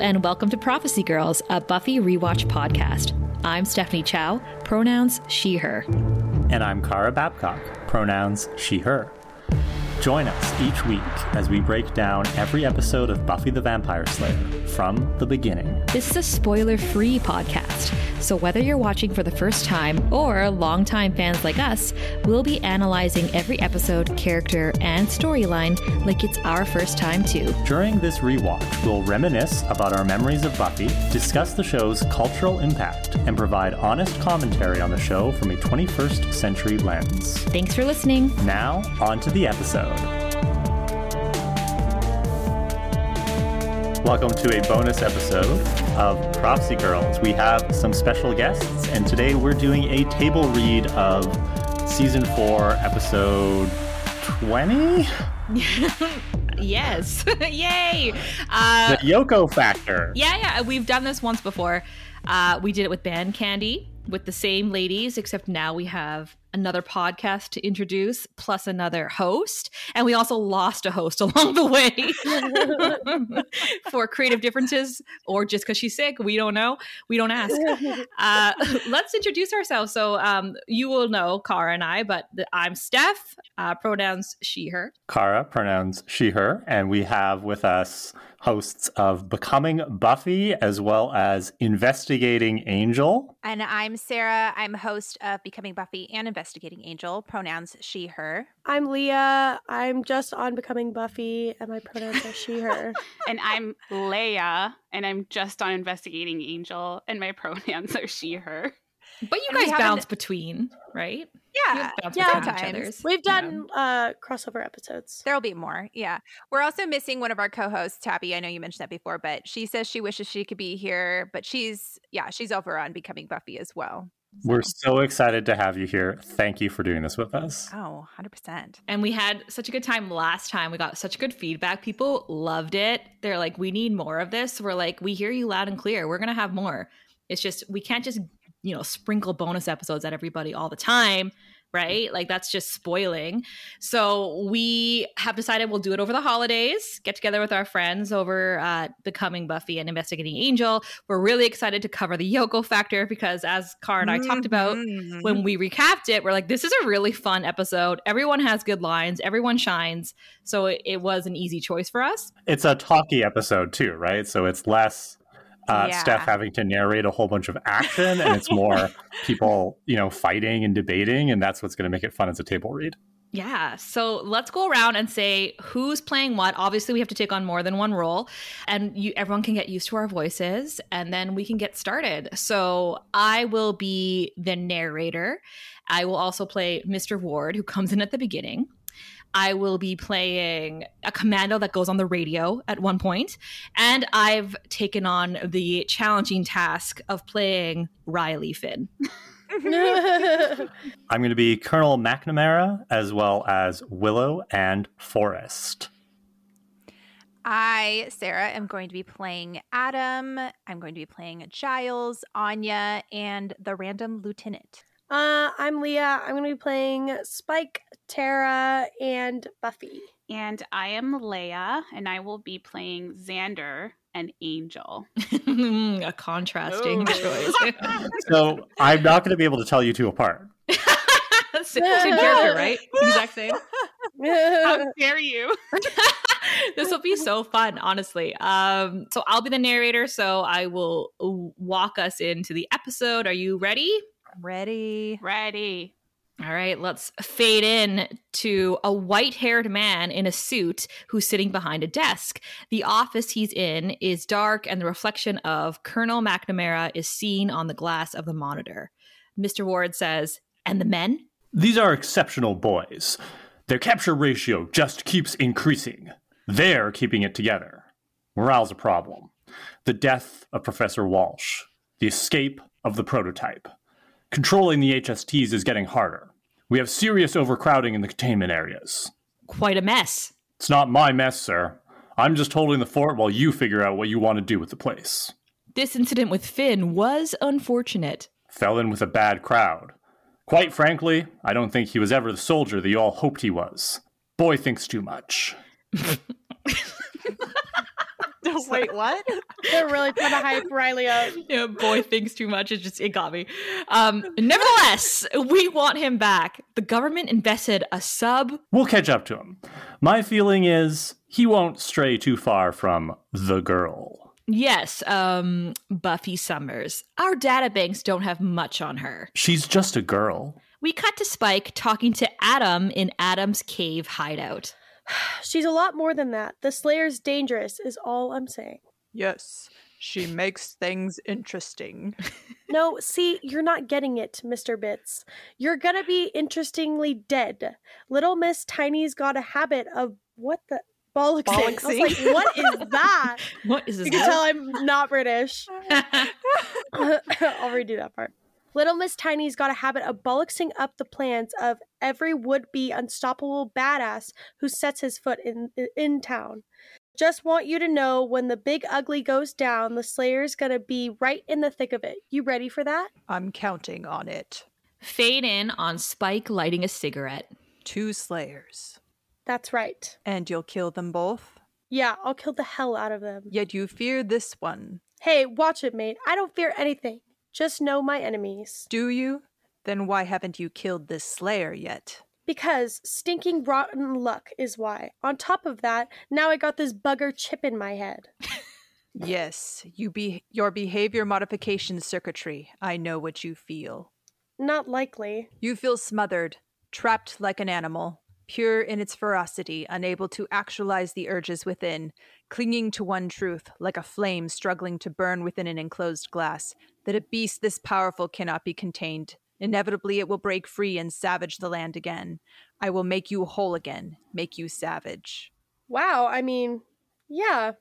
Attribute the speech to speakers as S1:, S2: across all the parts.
S1: and welcome to Prophecy Girls, a Buffy rewatch podcast. I'm Stephanie Chow, pronouns she, her.
S2: And I'm Kara Babcock, pronouns she, her. Join us each week as we break down every episode of Buffy the Vampire Slayer from the beginning.
S1: This is a spoiler free podcast, so whether you're watching for the first time or longtime fans like us, we'll be analyzing every episode, character, and storyline like it's our first time too.
S2: During this rewatch, we'll reminisce about our memories of Buffy, discuss the show's cultural impact, and provide honest commentary on the show from a 21st century lens.
S1: Thanks for listening.
S2: Now, on to the episode. Welcome to a bonus episode of Prophecy Girls. We have some special guests, and today we're doing a table read of season four, episode 20?
S3: Yes. Yay. Uh,
S2: the Yoko Factor.
S3: yeah, yeah. uh, We've done this once before. Uh, we did it with Band Candy with the same ladies, except now we have another podcast to introduce, plus another host. And we also lost a host along the way for creative differences or just because she's sick. We don't know. We don't ask. Uh, let's introduce ourselves. So um, you will know Cara and I, but th- I'm Steph, uh, pronouns she, her.
S2: Kara, pronouns she, her, and we have with us hosts of Becoming Buffy as well as Investigating Angel.
S4: And I'm Sarah. I'm host of Becoming Buffy and Investigating Angel, pronouns she, her.
S5: I'm Leah. I'm just on becoming Buffy, and my pronouns are she, her.
S6: and I'm Leia, and I'm just on investigating Angel, and my pronouns are she, her.
S3: But you
S4: And we
S3: guys
S4: haven't-
S3: bounce between, right? You guys
S4: Yeah.
S3: bounce
S5: yeah,
S3: between each
S4: sometimes.
S3: other's.
S5: We've
S3: Yeah.
S5: done uh, crossover episodes.
S4: There'll be more. Yeah. We're also missing one of our co hosts, Tabby. I know you mentioned that before, but she says she wishes she could be here, but she's, yeah, she's over on Becoming Buffy as well.
S2: We're so excited to have you here. Thank you for doing this with us.
S4: Oh, 100%.
S3: And we had such a good time last time. We got such good feedback. People loved it. They're like, we need more of this. We're like, we hear you loud and clear. We're going to have more. It's just, we can't just, you know, sprinkle bonus episodes at everybody all the time, right? Like, that's just spoiling. So we have decided we'll do it over the holidays, get together with our friends over uh, Becoming Buffy and Investigating Angel. We're really excited to cover the Yoko factor because, as Car and I talked about,
S7: Mm-hmm.
S4: Mhm.
S3: when we recapped it, we're like, this is a really fun episode. Everyone has good lines, everyone shines. So it, it was an easy choice for us.
S2: It's a talky episode, too, right? So it's less. Uh,
S4: Yeah.
S2: Steph having to narrate a whole bunch of action, and it's more people, you know, fighting and debating, and that's what's going to make it fun as a table read.
S3: Yeah. So let's go around and say who's playing what. Obviously, we have to take on more than one role, and you, everyone can get used to our voices, and then we can get started. So I will be the narrator. I will also play Mr. Ward, who comes in at the beginning. I will be playing a commando that goes on the radio at one point, and I've taken on the challenging task of playing Riley Finn.
S5: Uh,
S2: I'm going to be Colonel McNamara as well as Willow and Forrest.
S4: I, Sarah, am going to be playing Adam. I'm going to be playing Giles, Anya, and the random lieutenant.
S5: uh, I'm Leah. I'm going to be playing Spike, Tara, and Buffy.
S6: And I am Leia, and I will be playing Xander and Angel.
S3: a
S6: Oh.
S3: contrasting choice.
S2: So I'm not going to be able to tell you two apart.
S3: same, same character, right? Exact same.
S6: How dare you?
S3: this will be so fun, honestly. Um, so I'll be the narrator, so I will walk us into the episode. Are you ready?
S4: Ready?
S6: Ready.
S3: All right, let's fade in to a white haired man in a suit who's sitting behind a desk. The office he's in is dark, and the reflection of Colonel McNamara is seen on the glass of the monitor. Mr. Ward says, And the men?
S2: These are exceptional boys. Their capture ratio just keeps increasing. They're keeping it together. Morale's a problem. The death of Professor Walsh, the escape of the prototype. Controlling the HSTs is getting harder. We have serious overcrowding in the containment areas.
S3: Quite a mess.
S2: It's not my mess, sir. I'm just holding the fort while you figure out what you want to do with the place.
S3: This incident with Finn was unfortunate.
S2: Fell in with a bad crowd. Quite frankly, I don't think he was ever the soldier that you all hoped he was. Boy thinks too much.
S7: Wait, what?
S5: They're really trying to hype Riley up.
S3: Yeah, boy thinks too much. It just it got me. Um, nevertheless, we want him back. The government invested a sub.
S2: We'll catch up to him. My feeling is he won't stray too far from the girl.
S3: Yes, um, Buffy Summers. Our databanks don't have much on her.
S2: She's just a girl.
S3: We cut to Spike talking to Adam in Adam's cave hideout.
S5: She's a lot more than that. The Slayer's dangerous, is all I'm saying.
S7: Yes, she makes things interesting.
S5: No, see, you're not getting it, Mr. Bits. You're gonna be interestingly dead. Little Miss Tiny's got a habit of what the bollocks. I was
S7: Bollocksing.
S5: like, what is that?
S3: What is this?
S5: You can tell I'm not British. I'll redo that part. Little Miss Tiny's got a habit of bollocksing up the plans of every would-be unstoppable badass who sets his foot in in town. Just want you to know when the big ugly goes down, the Slayer's gonna be right in the thick of it. You ready for that?
S7: I'm counting on it.
S3: Fade in on Spike lighting a cigarette.
S7: Two slayers,
S5: That's right.
S7: and you'll kill them both.
S5: Yeah, I'll kill the hell out of them.
S7: Yet you fear this one,
S5: Hey, watch it, mate. I don't fear anything. Just know my enemies.
S7: do you? Then why haven't you killed this slayer yet?
S5: Because stinking rotten luck is why. On top of that, now I got this bugger chip in my head.
S7: Yes, you be your behavior modification circuitry. I know what you feel.
S5: Not likely.
S7: You feel smothered, trapped like an animal, pure in its ferocity, unable to actualize the urges within, clinging to one truth, like a flame struggling to burn within an enclosed glass, that a beast this powerful cannot be contained. Inevitably, it will break free and savage the land again. I will make you whole again, make you savage.
S5: Wow, I mean, yeah.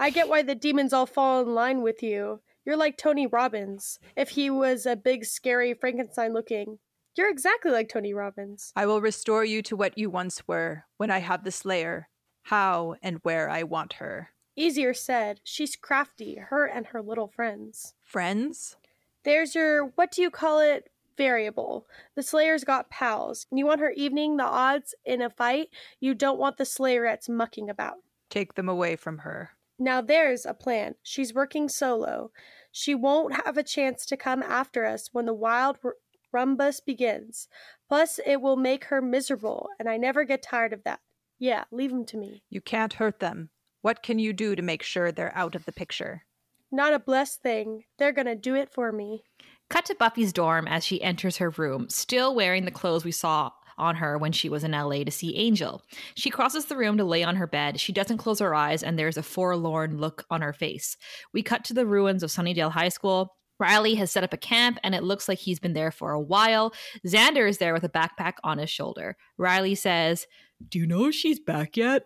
S5: I get why the demons all fall in line with you. You're like Tony Robbins, if he was a big, scary Frankenstein looking. You're exactly like Tony Robbins.
S7: I will restore you to what you once were when I have the Slayer, how and where I want her.
S5: Easier said, she's crafty, her and her little friends.
S7: Friends?
S5: There's your, what do you call it, variable. The Slayer's got pals. You want her evening the odds in a fight, you don't want the Slayerettes mucking about.
S7: Take them away from her.
S5: Now there's a plan. She's working solo. She won't have a chance to come after us when the wild r- rumbus begins. Plus, it will make her miserable, and I never get tired of that. Yeah, leave him to me.
S7: You can't hurt them. What can you do to make sure they're out of the picture?
S5: Not a blessed thing. They're gonna do it for me.
S3: Cut to Buffy's dorm as she enters her room, still wearing the clothes we saw on her when she was in LA to see Angel. She crosses the room to lay on her bed. She doesn't close her eyes, and there's a forlorn look on her face. We cut to the ruins of Sunnydale High School. Riley has set up a camp, and it looks like he's been there for a while. Xander is there with a backpack on his shoulder. Riley says, Do you know she's back yet?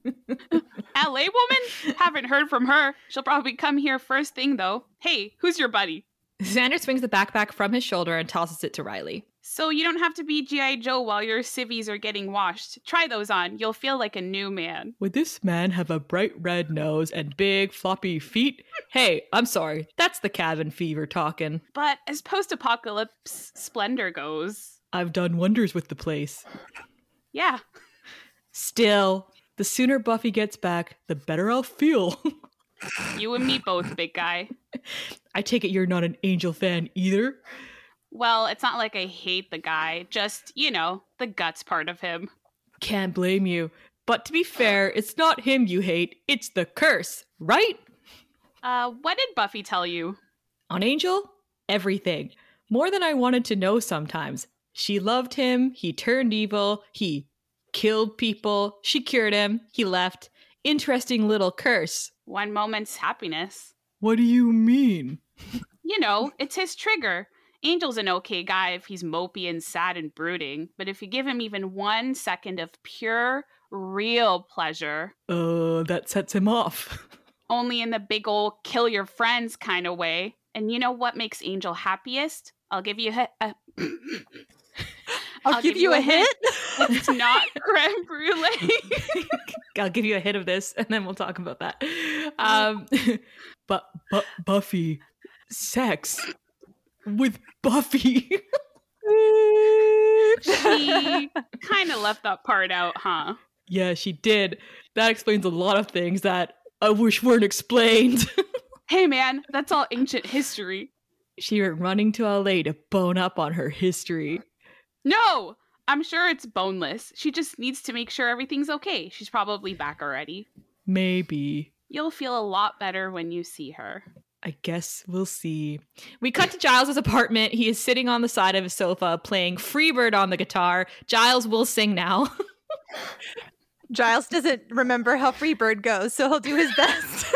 S6: LA woman? Haven't heard from her. She'll probably come here first thing though. Hey, who's your buddy?
S3: Xander swings the backpack from his shoulder and tosses it to Riley.
S6: So you don't have to be G.I. Joe while your civvies are getting washed. Try those on. You'll feel like a new man.
S3: Would this man have a bright red nose and big floppy feet? Hey, I'm sorry. That's the cabin fever talking.
S6: But as post apocalypse splendor goes,
S3: I've done wonders with the place.
S6: yeah.
S3: Still, the sooner Buffy gets back, the better I'll feel.
S6: You and me both, big guy.
S3: I take it you're not an Angel fan either.
S6: Well, it's not like I hate the guy, just, you know, the guts part of him.
S3: Can't blame you. But to be fair, it's not him you hate, it's the curse, right?
S6: Uh, what did Buffy tell you?
S3: On Angel, everything. More than I wanted to know sometimes. She loved him, he turned evil, he killed people, she cured him, he left. Interesting little curse.
S6: One moment's happiness.
S3: What do you mean?
S6: You know, it's his trigger. Angel's an okay guy if he's mopey and sad and brooding, but if you give him even one second of pure, real pleasure,
S3: Uh, that sets him off.
S6: only in the big ol' kill your friends kind of way. And you know what makes Angel happiest? I'll give you a. a
S7: I'll, give, you, a hint.
S6: it's not creme brulee.
S3: I'll give you a hit of this and then we'll talk about that. Um, but, but Buffy, sex with Buffy.
S7: She
S6: she kind of left that part out, huh?
S3: Yeah, she did. That explains a lot of things that I wish weren't explained.
S6: Hey, man, that's all ancient history.
S3: she went running to LA to bone up on her history.
S6: No, I'm sure it's boneless. She just needs to make sure everything's okay. She's probably back already.
S3: Maybe.
S6: You'll feel a lot better when you see her.
S3: I guess we'll see. We cut to Giles's apartment. He is sitting on the side of his sofa playing Freebird on the guitar. Giles will sing now.
S7: Giles doesn't remember how Freebird goes, so he'll do his best.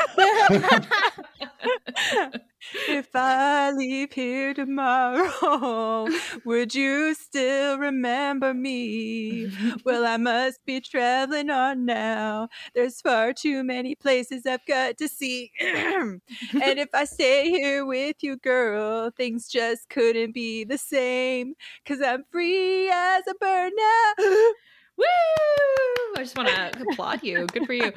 S7: if I leave here tomorrow, would you still remember me? Well, I must be traveling on now. There's far too many places I've got to see. and if I stay here with you, girl, things just couldn't be the same. Cause I'm free as a bird now.
S3: Woo! I just want to applaud you. Good for you.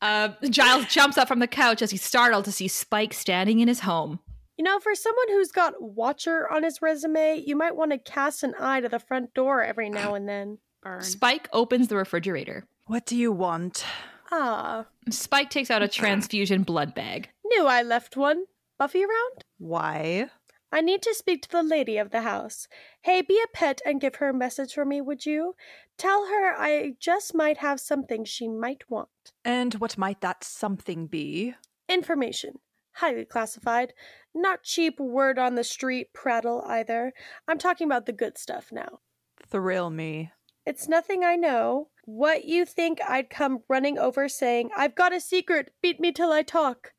S3: Uh, Giles jumps up from the couch as he's startled to see Spike standing in his home.
S5: You know, for someone who's got Watcher on his resume, you might want to cast an eye to the front door every now and then.
S6: Burn.
S3: Spike opens the refrigerator.
S7: What do you want?
S5: Ah,
S3: Spike takes out a transfusion blood bag.
S5: knew I left one. Buffy around?
S7: Why?
S5: I need to speak to the lady of the house. Hey, be a pet and give her a message for me, would you? Tell her I just might have something she might want.
S7: And what might that something be?
S5: Information. Highly classified. Not cheap word on the street prattle either. I'm talking about the good stuff now.
S7: Thrill me.
S5: It's nothing I know. What you think I'd come running over saying, I've got a secret, beat me till I talk.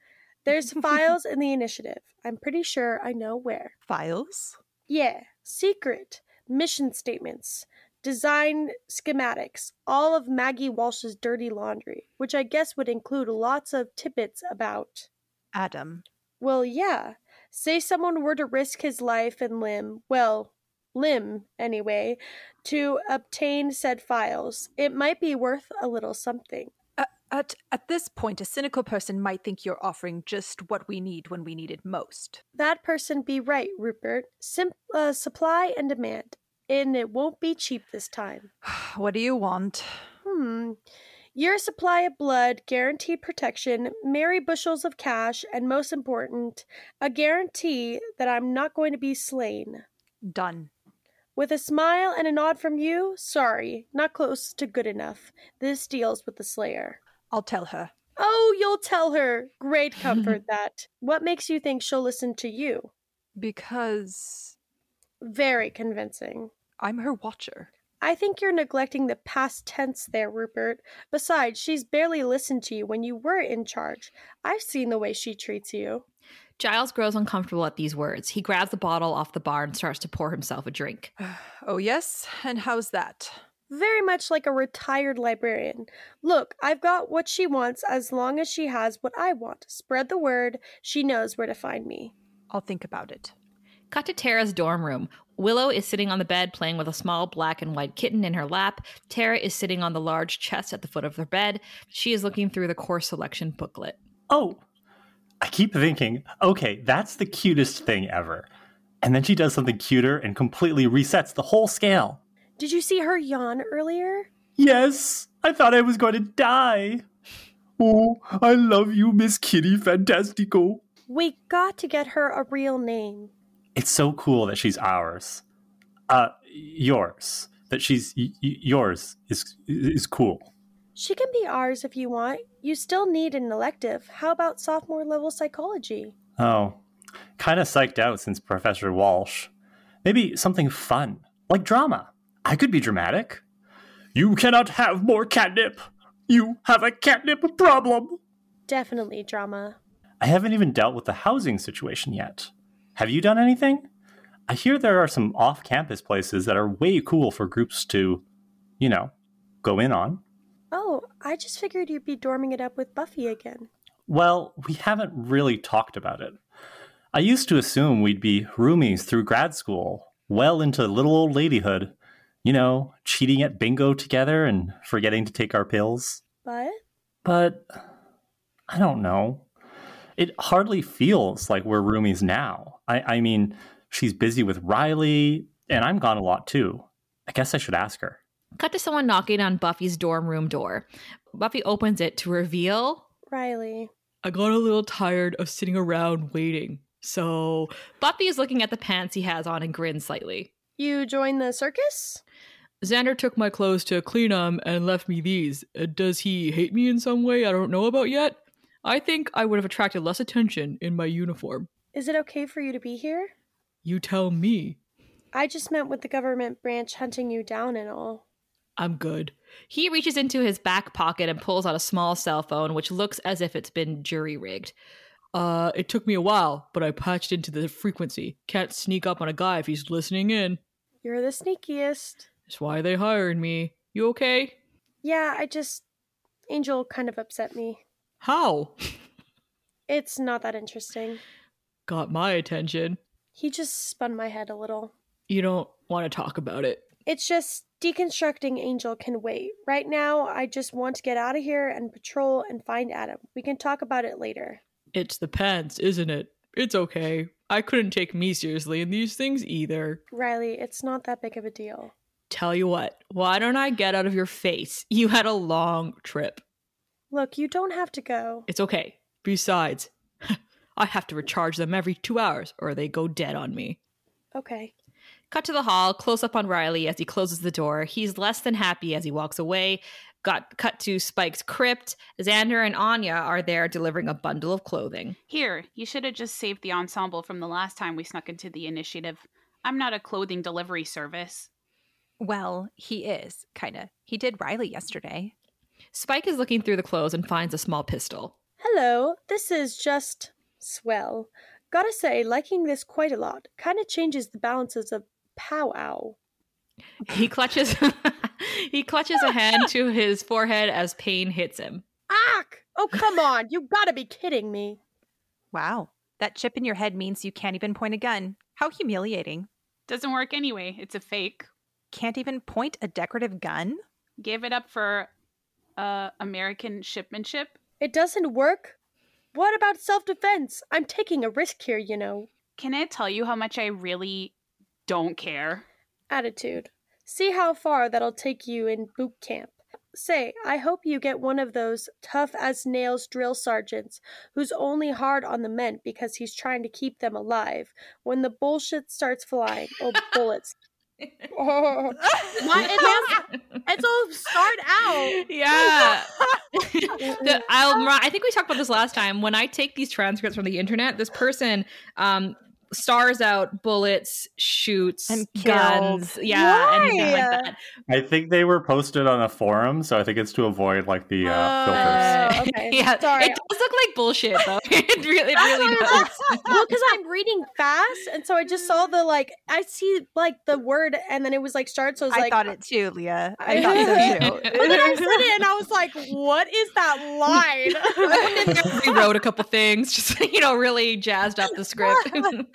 S5: There's files in the initiative. I'm pretty sure I know where.
S7: Files?
S5: Yeah, secret, mission statements, design schematics, all of Maggie Walsh's dirty laundry, which I guess would include lots of tidbits about.
S7: Adam.
S5: Well, yeah, say someone were to risk his life and limb, well, limb anyway, to obtain said files. It might be worth a little something.
S7: At, at this point, a cynical person might think you're offering just what we need when we need it most.
S5: That person be right, Rupert. Sim- uh, supply and demand. And it won't be cheap this time.
S7: What do you want?
S5: Hmm. Your supply of blood, guaranteed protection, merry bushels of cash, and most important, a guarantee that I'm not going to be slain.
S7: Done.
S5: With a smile and a nod from you, sorry, not close to good enough. This deals with the Slayer.
S7: I'll tell her.
S5: Oh, you'll tell her. Great comfort that. What makes you think she'll listen to you?
S7: Because
S5: Very convincing.
S7: I'm her watcher.
S5: I think you're neglecting the past tense there, Rupert. Besides, she's barely listened to you when you were in charge. I've seen the way she treats you.
S1: Giles grows uncomfortable at these words. He grabs a bottle off the bar and starts to pour himself a drink.
S7: Oh, yes? And how's that?
S5: Very much like a retired librarian. Look, I've got what she wants as long as she has what I want. Spread the word. She knows where to find me.
S7: I'll think about it.
S1: Cut to Tara's dorm room. Willow is sitting on the bed playing with a small black and white kitten in her lap. Tara is sitting on the large chest at the foot of her bed. She is looking through the course selection booklet.
S2: Oh, I keep thinking, okay, that's the cutest thing ever. And then she does something cuter and completely resets the whole scale.
S5: Did you see her yawn earlier?
S2: Yes, I thought I was going to die. Oh, I love you, Miss Kitty Fantastico.
S5: We got to get her a real name.
S2: It's so cool that she's ours. Uh, yours. That she's y- y- yours is is cool.
S5: She can be ours if you want. You still need an elective. How about sophomore level psychology?
S2: Oh, kind of psyched out since Professor Walsh. Maybe something fun, like drama. I could be dramatic. You cannot have more catnip. You have a catnip problem.
S5: Definitely drama.
S2: I haven't even dealt with the housing situation yet. Have you done anything? I hear there are some off campus places that are way cool for groups to, you know, go in on.
S5: Oh, I just figured you'd be dorming it up with Buffy again.
S2: Well, we haven't really talked about it. I used to assume we'd be roomies through grad school, well into little old ladyhood. You know, cheating at bingo together and forgetting to take our pills.
S5: But
S2: But I don't know. It hardly feels like we're roomies now. I, I mean, she's busy with Riley, and I'm gone a lot too. I guess I should ask her.
S3: Cut to someone knocking on Buffy's dorm room door. Buffy opens it to reveal
S5: Riley.
S1: I got a little tired of sitting around waiting. So
S3: Buffy is looking at the pants he has on and grins slightly.
S5: You join the circus?
S1: Xander took my clothes to clean 'em and left me these. Uh, Does he hate me in some way I don't know about yet? I think I would have attracted less attention in my uniform.
S5: Is it okay for you to be here?
S1: You tell me.
S5: I just meant with the government branch hunting you down and all.
S1: I'm good.
S3: He reaches into his back pocket and pulls out a small cell phone, which looks as if it's been jury rigged.
S1: Uh, it took me a while, but I patched into the frequency. Can't sneak up on a guy if he's listening in.
S5: You're the sneakiest.
S1: That's why they hired me. You okay?
S5: Yeah, I just. Angel kind of upset me.
S1: How?
S5: It's not that interesting.
S1: Got my attention.
S5: He just spun my head a little.
S1: You don't want to talk about it.
S5: It's just deconstructing Angel can wait. Right now, I just want to get out of here and patrol and find Adam. We can talk about it later.
S1: It's the pants, isn't it? It's okay. I couldn't take me seriously in these things either.
S5: Riley, it's not that big of a deal.
S1: Tell you what, why don't I get out of your face? You had a long trip.
S5: Look, you don't have to go.
S1: It's okay. Besides, I have to recharge them every two hours or they go dead on me.
S5: Okay.
S3: Cut to the hall, close up on Riley as he closes the door. He's less than happy as he walks away. Got cut to Spike's crypt. Xander and Anya are there delivering a bundle of clothing.
S6: Here, you should have just saved the ensemble from the last time we snuck into the initiative. I'm not a clothing delivery service.
S7: Well, he is, kind of. He did Riley yesterday.
S3: Spike is looking through the clothes and finds a small pistol.
S5: Hello, this is just. swell. Gotta say, liking this quite a lot. Kinda changes the balances of powwow.
S3: He clutches he clutches a hand to his forehead as pain hits him.
S5: Ack! Oh, come on! You gotta be kidding me!
S7: Wow. That chip in your head means you can't even point a gun. How humiliating.
S6: Doesn't work anyway. It's a fake.
S7: Can't even point a decorative gun?
S6: Give it up for uh, American shipmanship.
S5: It doesn't work? What about self defense? I'm taking a risk here, you know.
S6: Can I tell you how much I really don't care?
S5: Attitude. See how far that'll take you in boot camp. Say, I hope you get one of those tough as nails drill sergeants who's only hard on the men because he's trying to keep them alive when the bullshit starts flying. Oh, bullets. Oh.
S8: What? It all, it's all start out.
S3: Yeah. The- I'll, Ra- I think we talked about this last time. When I take these transcripts from the internet, this person um, stars out bullets, shoots,
S7: And
S3: guns.
S7: kills.
S3: Yeah,
S5: Why?
S3: anything like that.
S2: I think they were posted on a forum, so I think it's to avoid like the uh, filters.
S5: Oh, okay.
S3: Yeah,
S5: Sorry.
S3: it does look like bullshit though. it really, it really
S5: That's why I
S3: does.
S5: was like, well, because I'm reading fast, and so I just saw the like. I see like the word, and then it was like start. So I was
S7: I
S5: like, "Uh
S7: thought it too, Leah. I thought so too.
S5: But then I said it, and I was like, "What is that line?"
S3: We wrote a couple things, just you know, really jazzed up the script.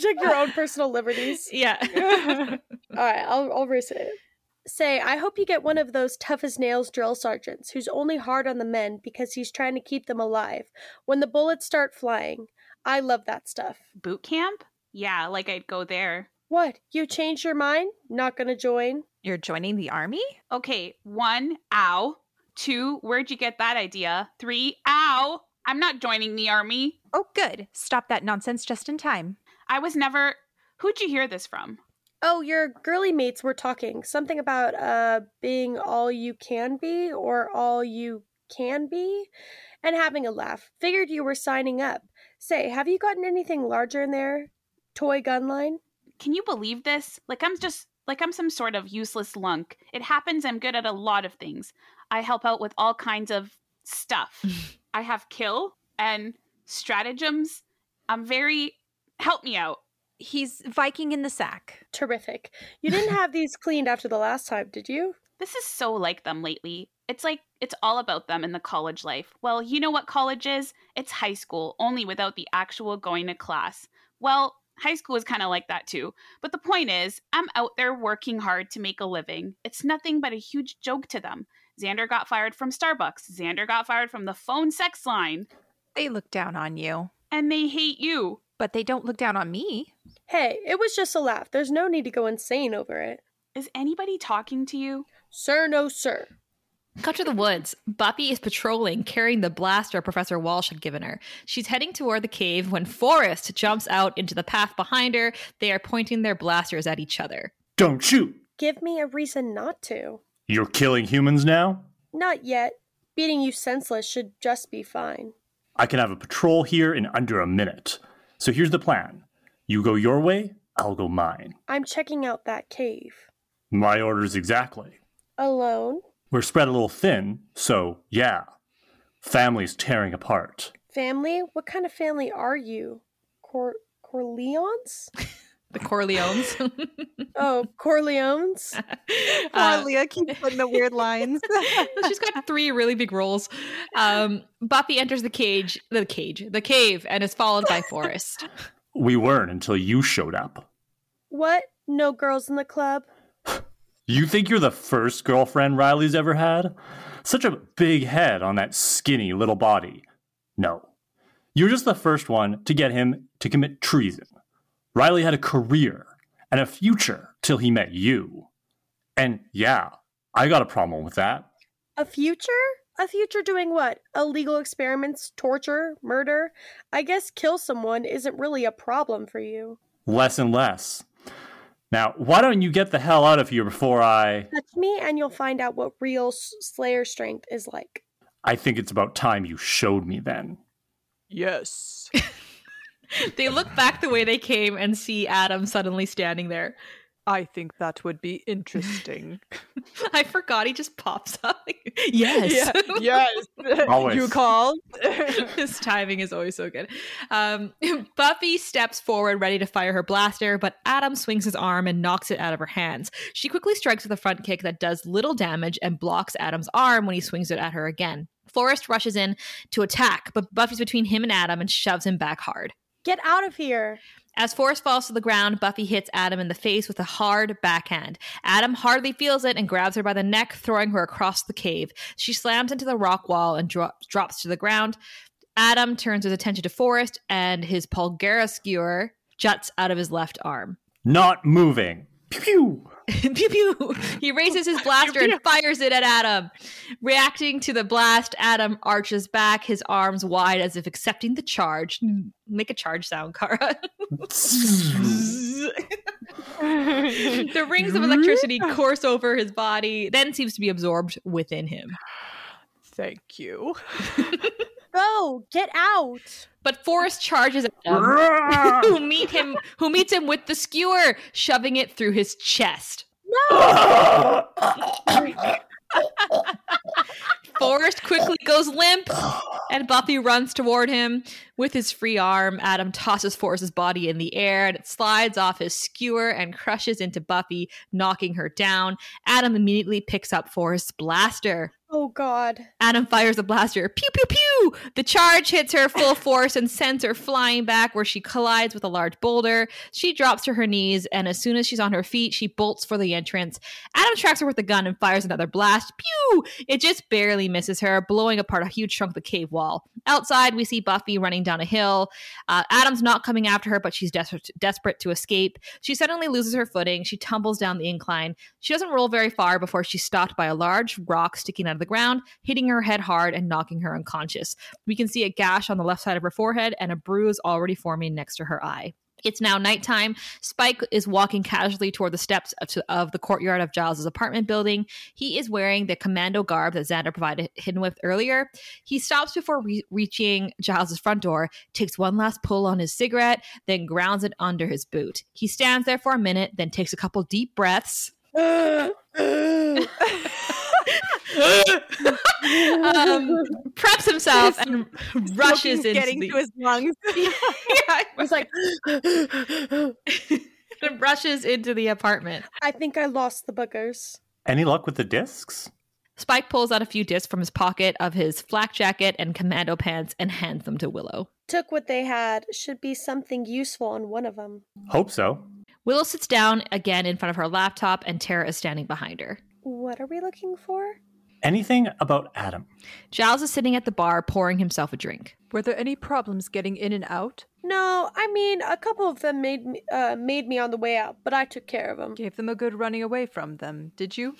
S5: Take your own personal liberties.
S3: yeah.
S5: All right, I'll, I'll erase it. Say, I hope you get one of those tough as nails drill sergeants who's only hard on the men because he's trying to keep them alive when the bullets start flying. I love that stuff.
S6: Boot camp? Yeah, like I'd go there.
S5: What? You changed your mind? Not gonna join?
S7: You're joining the army?
S6: Okay, one, ow. Two, where'd you get that idea? Three, ow. I'm not joining the army.
S7: Oh, good. Stop that nonsense just in time.
S6: I was never. Who'd you hear this from?
S5: Oh, your girly mates were talking. Something about uh being all you can be or all you can be and having a laugh. Figured you were signing up. Say, have you gotten anything larger in there? Toy gun line?
S6: Can you believe this? Like I'm just like I'm some sort of useless lunk. It happens I'm good at a lot of things. I help out with all kinds of stuff. I have kill and stratagems. I'm very help me out.
S7: He's Viking in the sack.
S5: Terrific. You didn't have these cleaned after the last time, did you?
S6: This is so like them lately. It's like it's all about them in the college life. Well, you know what college is? It's high school, only without the actual going to class. Well, high school is kind of like that too. But the point is, I'm out there working hard to make a living. It's nothing but a huge joke to them. Xander got fired from Starbucks. Xander got fired from the phone sex line.
S7: They look down on you,
S6: And they hate you.
S7: but they don't look down on me.
S5: Hey, it was just a laugh. There's no need to go insane over it.
S6: Is anybody talking to you?
S5: Sir, no, sir.
S3: Cut to the woods. Buffy is patrolling, carrying the blaster Professor Walsh had given her. She's heading toward the cave when Forrest jumps out into the path behind her. They are pointing their blasters at each other.
S2: Don't shoot.
S5: Give me a reason not to.
S2: You're killing humans now?
S5: Not yet. Beating you senseless should just be fine.
S2: I can have a patrol here in under a minute. So here's the plan you go your way, I'll go mine.
S5: I'm checking out that cave.
S2: My orders exactly.
S5: Alone,
S2: We're spread a little thin, so yeah. Families tearing apart.
S5: family. What kind of family are you? Cor Corleons?
S3: The Corleones.
S5: oh, Corleones.
S3: Uh,
S1: Poor Leah keeps putting the weird lines.
S3: She's got three really big rolls. Um, Buffy enters the cage, the cage, the cave, and is followed by Forrest.
S2: We weren't until you showed up.
S5: What? No girls in the club.
S2: You think you're the first girlfriend Riley's ever had? Such a big head on that skinny little body. No. You're just the first one to get him to commit treason. Riley had a career and a future till he met you. And yeah, I got a problem with that.
S5: A future? A future doing what? Illegal experiments, torture, murder? I guess kill someone isn't really a problem for you.
S2: Less and less. Now, why don't you get the hell out of here before I.
S5: Touch me and you'll find out what real s- Slayer strength is like.
S2: I think it's about time you showed me then.
S1: yes.
S3: They look back the way they came and see Adam suddenly standing there.
S1: I think that would be interesting.
S3: I forgot he just pops up. yes.
S1: yes.
S2: Always.
S1: You called.
S3: His timing is always so good. Um, Buffy steps forward, ready to fire her blaster, but Adam swings his arm and knocks it out of her hands. She quickly strikes with a front kick that does little damage and blocks Adam's arm when he swings it at her again. Forrest rushes in to attack, but Buffy's between him and Adam and shoves him back hard.
S5: Get out of here.
S3: As Forrest falls to the ground, Buffy hits Adam in the face with a hard backhand. Adam hardly feels it and grabs her by the neck, throwing her across the cave. She slams into the rock wall and dro- drops to the ground. Adam turns his attention to Forrest, and his Polgara skewer juts out of his left arm.
S2: Not moving. Pew pew.
S3: pew pew! He raises his blaster and fires it at Adam. Reacting to the blast, Adam arches back, his arms wide as if accepting the charge. Make a charge sound, Kara. the rings of electricity course over his body, then seems to be absorbed within him.
S1: Thank you.
S5: Go, get out.
S3: But Forrest charges at him,
S2: Rawr.
S3: who meet him, who meets him with the skewer, shoving it through his chest. Forrest quickly goes limp, and Buffy runs toward him with his free arm. Adam tosses Forrest's body in the air, and it slides off his skewer and crushes into Buffy, knocking her down. Adam immediately picks up Forrest's blaster.
S5: Oh, God.
S3: Adam fires a blaster. Pew, pew, pew! The charge hits her full force and sends her flying back, where she collides with a large boulder. She drops to her knees, and as soon as she's on her feet, she bolts for the entrance. Adam tracks her with a gun and fires another blast. Pew! It just barely misses her, blowing apart a huge chunk of the cave wall. Outside, we see Buffy running down a hill. Uh, Adam's not coming after her, but she's desperate, desperate to escape. She suddenly loses her footing. She tumbles down the incline. She doesn't roll very far before she's stopped by a large rock sticking out of the ground, hitting her head hard and knocking her unconscious. We can see a gash on the left side of her forehead and a bruise already forming next to her eye. It's now nighttime. Spike is walking casually toward the steps of, of the courtyard of Giles' apartment building. He is wearing the commando garb that Xander provided him with earlier. He stops before re- reaching Giles' front door, takes one last pull on his cigarette, then grounds it under his boot. He stands there for a minute, then takes a couple deep breaths. um, preps himself and rushes
S1: Smoking
S3: into
S1: is getting
S3: the,
S1: to his lungs.
S3: Yeah,
S5: It's like,
S3: and rushes into the apartment.
S5: I think I lost the boogers.
S2: Any luck with the discs?
S3: Spike pulls out a few discs from his pocket of his flak jacket and commando pants and hands them to Willow.
S5: Took what they had. Should be something useful on one of them.
S2: Hope so.
S3: Willow sits down again in front of her laptop, and Tara is standing behind her.
S5: What are we looking for?
S2: Anything about Adam?
S3: Giles is sitting at the bar pouring himself a drink.
S7: Were there any problems getting in and out?
S5: No, I mean a couple of them made me, uh, made me on the way out, but I took care of them.
S7: Gave them a good running away from them, did you?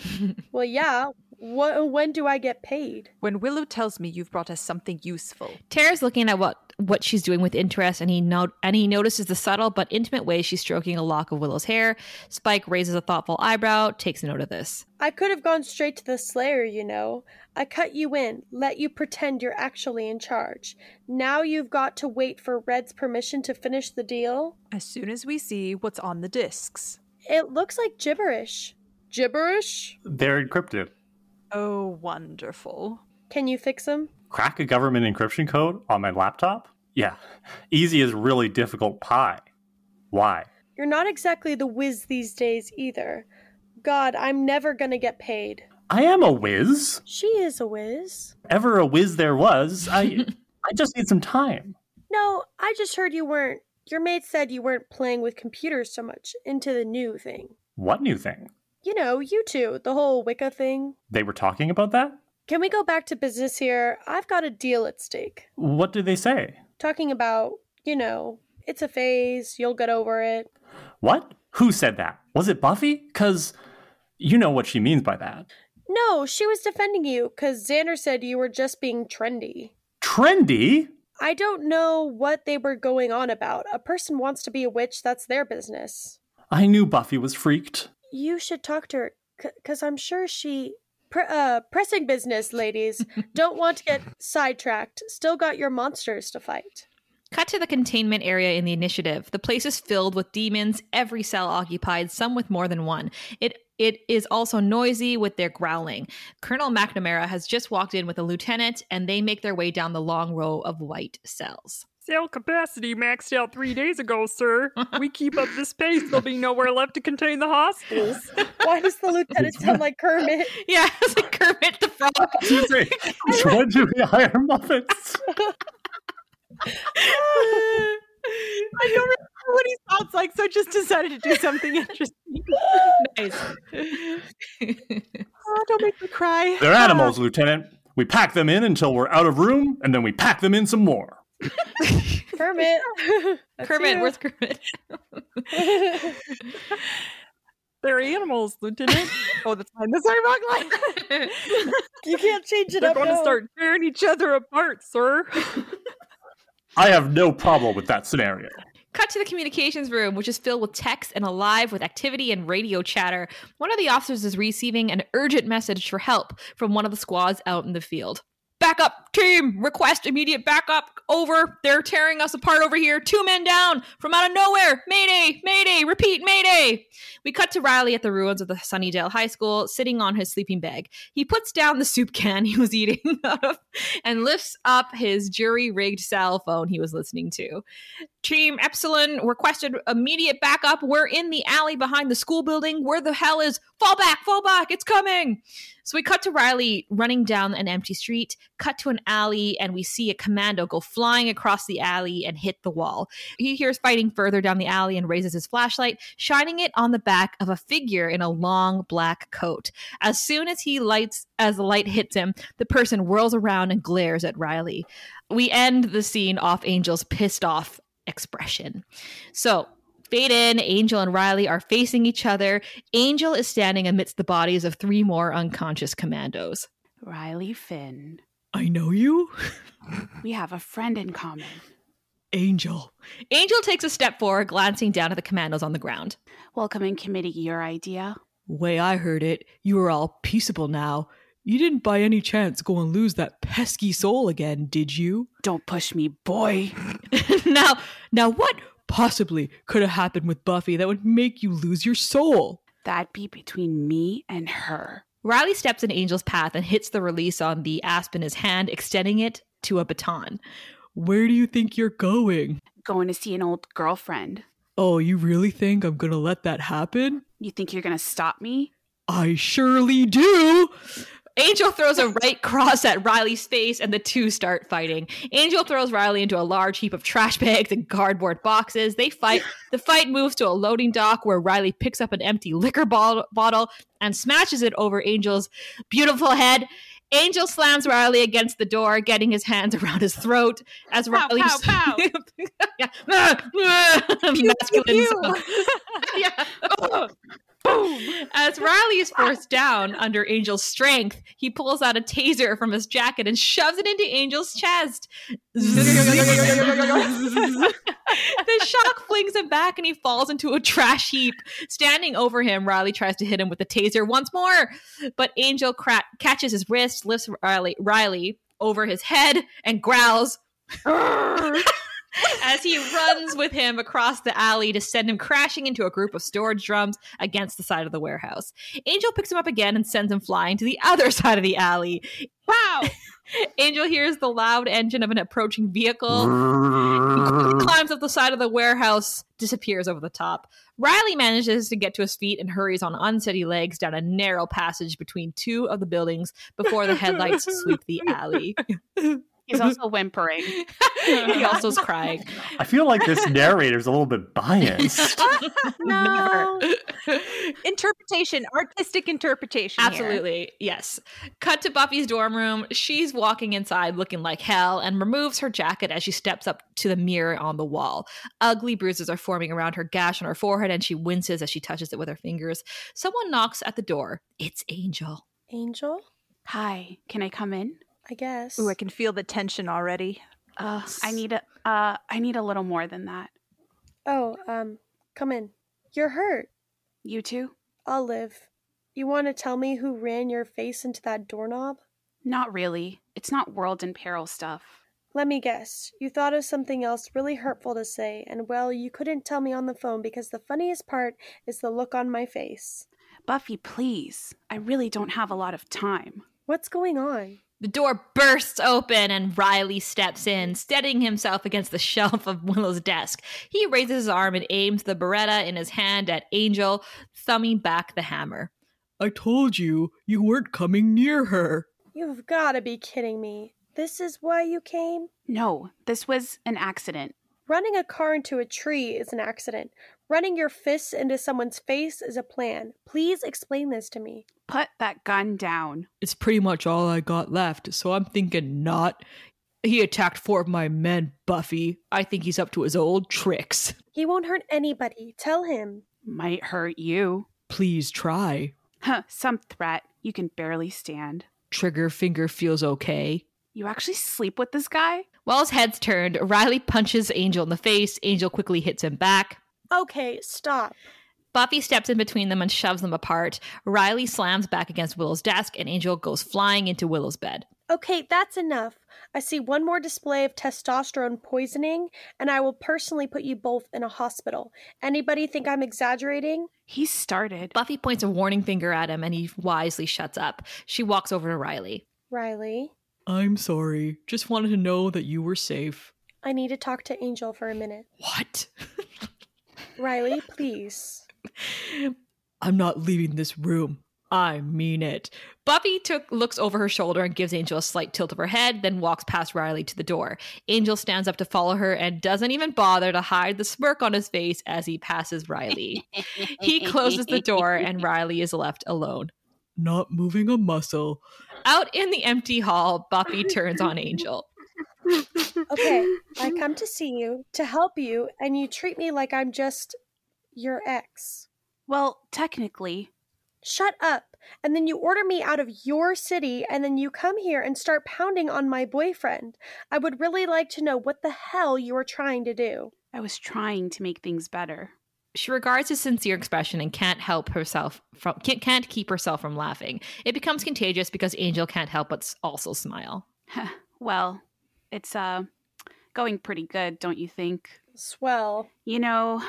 S5: Well, yeah. Wh- when do I get paid?
S7: When Willow tells me you've brought us something useful,
S3: Tara's looking at what what she's doing with interest, and he no- and he notices the subtle but intimate way she's stroking a lock of Willow's hair. Spike raises a thoughtful eyebrow, takes note of this.
S5: I could have gone straight to the Slayer, you know. I cut you in, let you pretend you're actually in charge. Now you've got to wait for Red's permission to finish the deal.
S7: as soon as we see what's on the discs.
S5: It looks like gibberish. Gibberish?
S2: They're encrypted.
S7: Oh, wonderful.
S5: Can you fix them?
S2: Crack a government encryption code on my laptop? Yeah. Easy is really difficult pie. Why?
S5: You're not exactly the whiz these days either. God, I'm never gonna get paid.
S2: I am a whiz.
S5: She is a whiz.
S2: Ever a whiz there was. I I just need some time.
S5: No, I just heard you weren't. Your maid said you weren't playing with computers so much into the new thing.
S2: What new thing?
S5: You know, you two, the whole Wicca thing.
S2: They were talking about that?
S5: Can we go back to business here? I've got a deal at stake.
S2: What did they say?
S5: Talking about, you know, it's a phase, you'll get over it.
S2: What? Who said that? Was it Buffy? Cuz you know what she means by that.
S5: No, she was defending you because Xander said you were just being trendy.
S2: Trendy?
S5: I don't know what they were going on about. A person wants to be a witch, that's their business.
S2: I knew Buffy was freaked.
S5: You should talk to her because I'm sure she. Pr- uh, pressing business, ladies. Don't want to get sidetracked. Still got your monsters to fight.
S3: Cut to the containment area in the initiative. The place is filled with demons, every cell occupied, some with more than one. It it is also noisy with their growling. Colonel McNamara has just walked in with a lieutenant, and they make their way down the long row of white cells.
S9: Cell capacity maxed out three days ago, sir. We keep up this pace, there'll be nowhere left to contain the hospitals.
S5: Why does the lieutenant sound like Kermit?
S3: Yeah, it's like Kermit the Frog.
S2: when do we hire Muppets?
S7: I don't remember what he sounds like, so I just decided to do something interesting.
S3: nice.
S7: Oh, don't make me cry.
S2: They're animals, Lieutenant. We pack them in until we're out of room, and then we pack them in some more.
S5: Kermit. That's
S3: Kermit,
S5: you.
S3: where's Kermit?
S9: They're animals, Lieutenant.
S7: Oh, that's mine. That's my wrong line.
S5: you can't change it
S9: They're
S5: up.
S9: going to
S5: no.
S9: start tearing each other apart, sir.
S2: I have no problem with that scenario.
S3: Cut to the communications room, which is filled with text and alive with activity and radio chatter. One of the officers is receiving an urgent message for help from one of the squads out in the field. Backup team, request immediate backup. Over. They're tearing us apart over here. Two men down from out of nowhere. Mayday, mayday, repeat, mayday. We cut to Riley at the ruins of the Sunnydale High School, sitting on his sleeping bag. He puts down the soup can he was eating out of and lifts up his jury rigged cell phone he was listening to. Team Epsilon requested immediate backup. We're in the alley behind the school building. Where the hell is fall back, fall back, it's coming. So we cut to Riley running down an empty street, cut to an alley, and we see a commando go flying across the alley and hit the wall. He hears fighting further down the alley and raises his flashlight, shining it on the back of a figure in a long black coat. As soon as he lights as the light hits him, the person whirls around and glares at Riley. We end the scene off Angel's pissed off expression. So, Fade in, Angel and Riley are facing each other. Angel is standing amidst the bodies of three more unconscious commandos.
S6: Riley Finn,
S3: I know you,
S6: we have a friend in common.
S3: Angel. Angel takes a step forward, glancing down at the commandos on the ground.
S6: Welcoming committee, your idea.
S10: way I heard it, you were all peaceable now. You didn't by any chance go and lose that pesky soul again, did you?
S6: Don't push me, boy.
S10: now, now what possibly could have happened with Buffy that would make you lose your soul?
S6: That'd be between me and her.
S3: Riley steps in Angel's path and hits the release on the asp in his hand, extending it to a baton.
S10: Where do you think you're going?
S6: Going to see an old girlfriend.
S10: Oh, you really think I'm gonna let that happen?
S6: You think you're gonna stop me?
S10: I surely do.
S3: Angel throws a right cross at Riley's face, and the two start fighting. Angel throws Riley into a large heap of trash bags and cardboard boxes. They fight. The fight moves to a loading dock where Riley picks up an empty liquor bottle, bottle and smashes it over Angel's beautiful head. Angel slams Riley against the door, getting his hands around his throat as
S6: Pow,
S3: Riley.
S6: pow, pow.
S3: yeah. Masculine
S4: pew.
S3: sound. yeah. As Riley is forced down under Angel's strength, he pulls out a taser from his jacket and shoves it into Angel's chest. the shock flings him back and he falls into a trash heap. Standing over him, Riley tries to hit him with the taser once more, but Angel cra- catches his wrist, lifts Riley, Riley over his head, and growls as he runs with him across the alley to send him crashing into a group of storage drums against the side of the warehouse. Angel picks him up again and sends him flying to the other side of the alley. Wow! Angel hears the loud engine of an approaching vehicle,
S2: Uh.
S3: climbs up the side of the warehouse, disappears over the top. Riley manages to get to his feet and hurries on unsteady legs down a narrow passage between two of the buildings before the headlights sweep the alley.
S6: He's also whimpering.
S3: he also is crying.
S2: I feel like this narrator's a little bit biased.
S4: No.
S3: Never.
S4: Interpretation, artistic interpretation. here.
S3: Absolutely. Yes. Cut to Buffy's dorm room. She's walking inside looking like hell and removes her jacket as she steps up to the mirror on the wall. Ugly bruises are forming around her gash on her forehead and she winces as she touches it with her fingers. Someone knocks at the door. It's Angel.
S5: Angel,
S6: Hi, can I come in?
S5: I guess.
S7: Ooh, I can feel the tension already.
S6: Uh, I need a uh, I need a little more than that.
S5: oh, um, come in. You're hurt.
S6: You two?
S5: I'll live. You want to tell me who ran your face into that doorknob?
S6: Not really. It's not world in peril stuff.
S5: Let me guess. You thought of something else really hurtful to say, and well, you couldn't tell me on the phone because the funniest part is the look on my face.
S6: Buffy, please. I really don't have a lot of time.
S5: What's going on?
S3: The door bursts open and Riley steps in, steadying himself against the shelf of Willow's desk. He raises his arm and aims the beretta in his hand at Angel, thumbing back the hammer.
S10: I told you you weren't coming near her.
S5: You've got to be kidding me. This is why you came?
S6: No, this was an accident.
S5: Running a car into a tree is an accident. Running your fists into someone's face is a plan. Please explain this to me.
S6: Put that gun down.
S10: It's pretty much all I got left, so I'm thinking not. He attacked four of my men, Buffy. I think he's up to his old tricks.
S5: He won't hurt anybody. Tell him.
S6: Might hurt you.
S10: Please try.
S6: Huh, some threat. You can barely stand.
S10: Trigger finger feels okay.
S6: You actually sleep with this guy?
S3: While his head's turned, Riley punches Angel in the face. Angel quickly hits him back.
S5: Okay, stop.
S3: Buffy steps in between them and shoves them apart. Riley slams back against Willow's desk, and Angel goes flying into Willow's bed.
S5: Okay, that's enough. I see one more display of testosterone poisoning, and I will personally put you both in a hospital. Anybody think I'm exaggerating?
S6: He started.
S3: Buffy points a warning finger at him, and he wisely shuts up. She walks over to Riley.
S5: Riley,
S10: I'm sorry. Just wanted to know that you were safe.
S5: I need to talk to Angel for a minute.
S10: What?
S5: Riley, please.
S10: I'm not leaving this room. I mean it.
S3: Buffy took, looks over her shoulder and gives Angel a slight tilt of her head, then walks past Riley to the door. Angel stands up to follow her and doesn't even bother to hide the smirk on his face as he passes Riley. he closes the door, and Riley is left alone.
S10: Not moving a muscle.
S3: Out in the empty hall, Buffy turns on Angel.
S5: Okay, I come to see you, to help you, and you treat me like I'm just your ex.
S6: Well, technically,
S5: Shut up. And then you order me out of your city, and then you come here and start pounding on my boyfriend. I would really like to know what the hell you are trying to do.
S6: I was trying to make things better.
S3: She regards his sincere expression and can't help herself from can't, can't keep herself from laughing. It becomes contagious because Angel can't help but s- also smile.
S6: Well, it's uh going pretty good, don't you think?
S5: Swell.
S6: You know,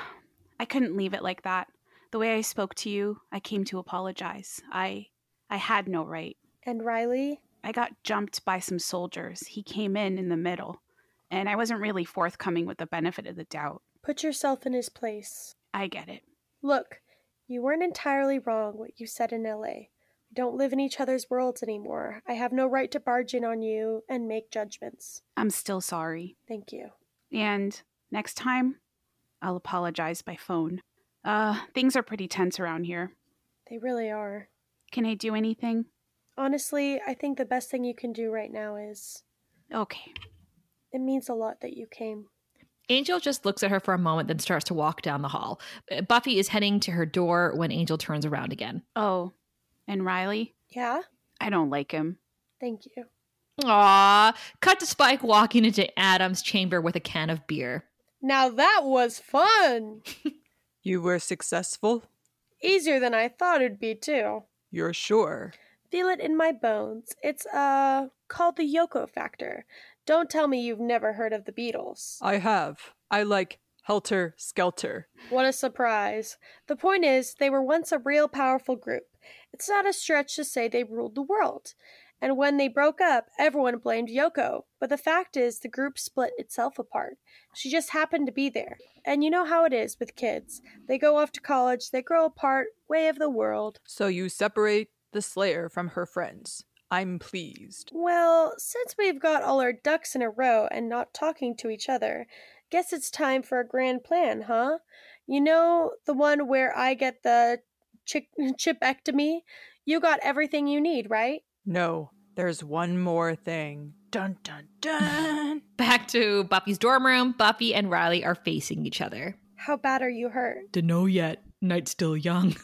S6: I couldn't leave it like that. The way I spoke to you, I came to apologize. I I had no right.
S5: And Riley?
S6: I got jumped by some soldiers. He came in in the middle, and I wasn't really forthcoming with the benefit of the doubt.
S5: Put yourself in his place.
S6: I get it.
S5: Look, you weren't entirely wrong what you said in LA. We don't live in each other's worlds anymore. I have no right to barge in on you and make judgments.
S6: I'm still sorry.
S5: Thank you.
S6: And next time, I'll apologize by phone. Uh, things are pretty tense around here.
S5: They really are.
S6: Can I do anything?
S5: Honestly, I think the best thing you can do right now is
S6: Okay.
S5: it means a lot that you came.
S3: Angel just looks at her for a moment, then starts to walk down the hall. Uh, Buffy is heading to her door when Angel turns around again.
S6: Oh, and Riley?
S5: Yeah?
S6: I don't like him.
S5: Thank you.
S3: Aw, cut to Spike walking into Adam's chamber with a can of beer.
S5: Now that was fun!
S7: You were successful?
S5: Easier than I thought it'd be, too.
S7: You're sure?
S5: Feel it in my bones. It's, uh, called the Yoko Factor. Don't tell me you've never heard of the Beatles.
S7: I have. I like Helter Skelter.
S5: What a surprise. The point is, they were once a real powerful group. It's not a stretch to say they ruled the world. And when they broke up, everyone blamed Yoko. But the fact is, the group split itself apart. She just happened to be there. And you know how it is with kids they go off to college, they grow apart, way of the world.
S7: So you separate the Slayer from her friends. I'm pleased.
S5: Well, since we've got all our ducks in a row and not talking to each other, guess it's time for a grand plan, huh? You know, the one where I get the chick- chipectomy? You got everything you need, right?
S7: No, there's one more thing. Dun dun dun.
S3: Back to Buffy's dorm room, Buffy and Riley are facing each other.
S5: How bad are you hurt?
S1: Dunno yet. Night's still young.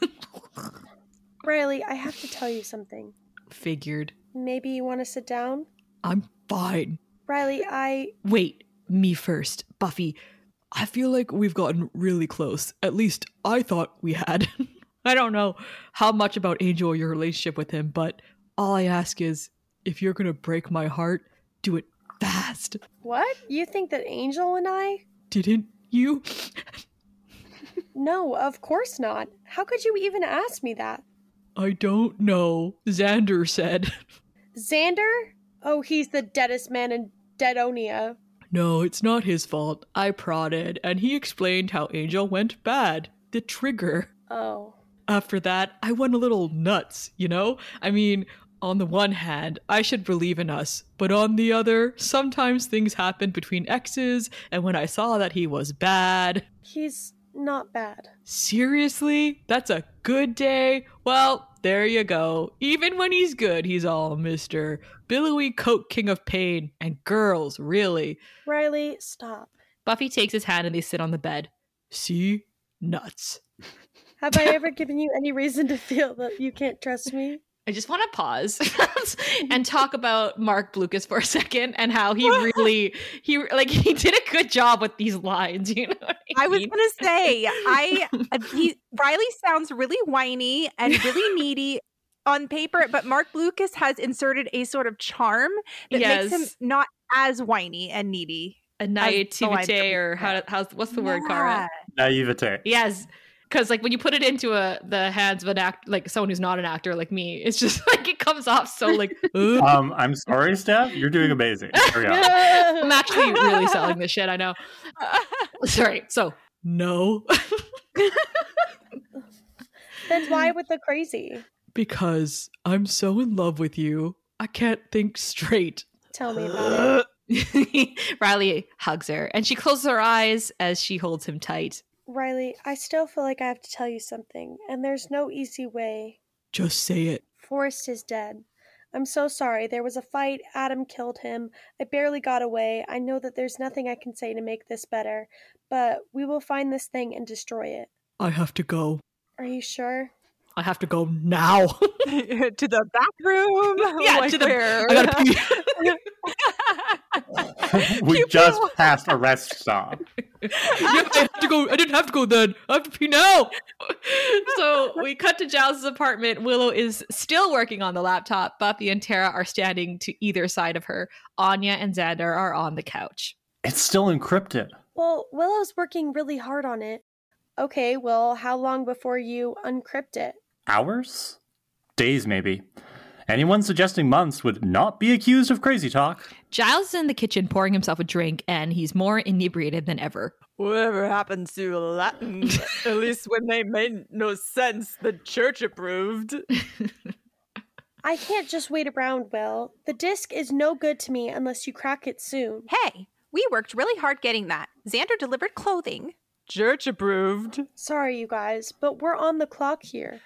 S5: Riley, I have to tell you something.
S1: Figured.
S5: Maybe you want to sit down?
S1: I'm fine.
S5: Riley, I.
S1: Wait, me first. Buffy, I feel like we've gotten really close. At least I thought we had. I don't know how much about Angel or your relationship with him, but all I ask is if you're going to break my heart, do it fast.
S5: What? You think that Angel and I?
S1: Didn't you?
S5: No, of course not. How could you even ask me that?
S1: I don't know. Xander said.
S5: Xander? Oh, he's the deadest man in Deadonia.
S1: No, it's not his fault. I prodded, and he explained how Angel went bad. The trigger.
S5: Oh.
S1: After that, I went a little nuts, you know? I mean, on the one hand, I should believe in us, but on the other, sometimes things happen between exes, and when I saw that he was bad,
S5: He's not bad.
S1: seriously? That's a good day? Well, there you go. Even when he's good, he's all Mr. Billowy Coke King of Pain, and girls, really.
S5: Riley, stop.
S3: Buffy takes his hand and they sit on the bed.
S1: See? Nuts.
S5: Have I ever given you any reason to feel that you can't trust me?
S3: I just want to pause and talk about Mark Lucas for a second and how he really he like he did a good job with these lines, you know. what I,
S11: I was
S3: mean?
S11: gonna say, I uh, he, Riley sounds really whiny and really needy on paper, but Mark Lucas has inserted a sort of charm that makes
S3: Yes.
S11: him not as whiny and needy.
S3: a
S11: the line
S3: naivete
S11: that we
S3: or how,
S11: had.
S3: how's what's the word, Cara?
S2: Naivete.
S3: Yes, because like when you put it into a the hands of an act like someone who's not an actor like me, it's just like it comes off so like
S1: "Uh,
S3: "Ugh."
S2: Um, I'm sorry, Steph. You're doing amazing. Carry on.
S3: I'm actually really selling this shit. I know. Sorry. So
S1: No,
S5: Then why with the crazy?
S1: because I'm so in love with you, I can't think straight.
S5: Tell me about it.
S3: Riley hugs her and she closes her eyes as she holds him tight.
S5: Riley, I still feel like I have to tell you something, and there's no easy way.
S1: Just say it.
S5: Forrest is dead. I'm so sorry. There was a fight. Adam killed him. I barely got away. I know that there's nothing I can say to make this better, but we will find this thing and destroy it.
S1: I have to go.
S5: Are you sure?
S1: I have to go now.
S7: to the bathroom.
S3: Yeah,
S7: Like
S3: to the-
S7: where?
S1: I gotta pee.
S2: we just passed a rest stop.
S1: Yep, I have to go. I didn't have to go then. I have to pee now.
S3: so we cut to Giles' apartment. Willow is still working on the laptop. Buffy and Tara are standing to either side of her. Anya and Xander are on the couch.
S2: It's still encrypted.
S5: Well, Willow's working really hard on it. Okay, well, how long before you uncrypt it?
S2: Hours? Days, maybe. Anyone suggesting months would not be accused of crazy talk.
S3: Giles is in the kitchen pouring himself a drink and he's more inebriated than ever.
S7: Whatever happened to Latin? At least when they made no sense, the church approved.
S5: I can't just wait around, Will. The disc is no good to me unless you crack it soon.
S4: Hey, we worked really hard getting that. Xander delivered clothing.
S12: Church approved.
S5: Sorry, you guys, but we're on the clock here.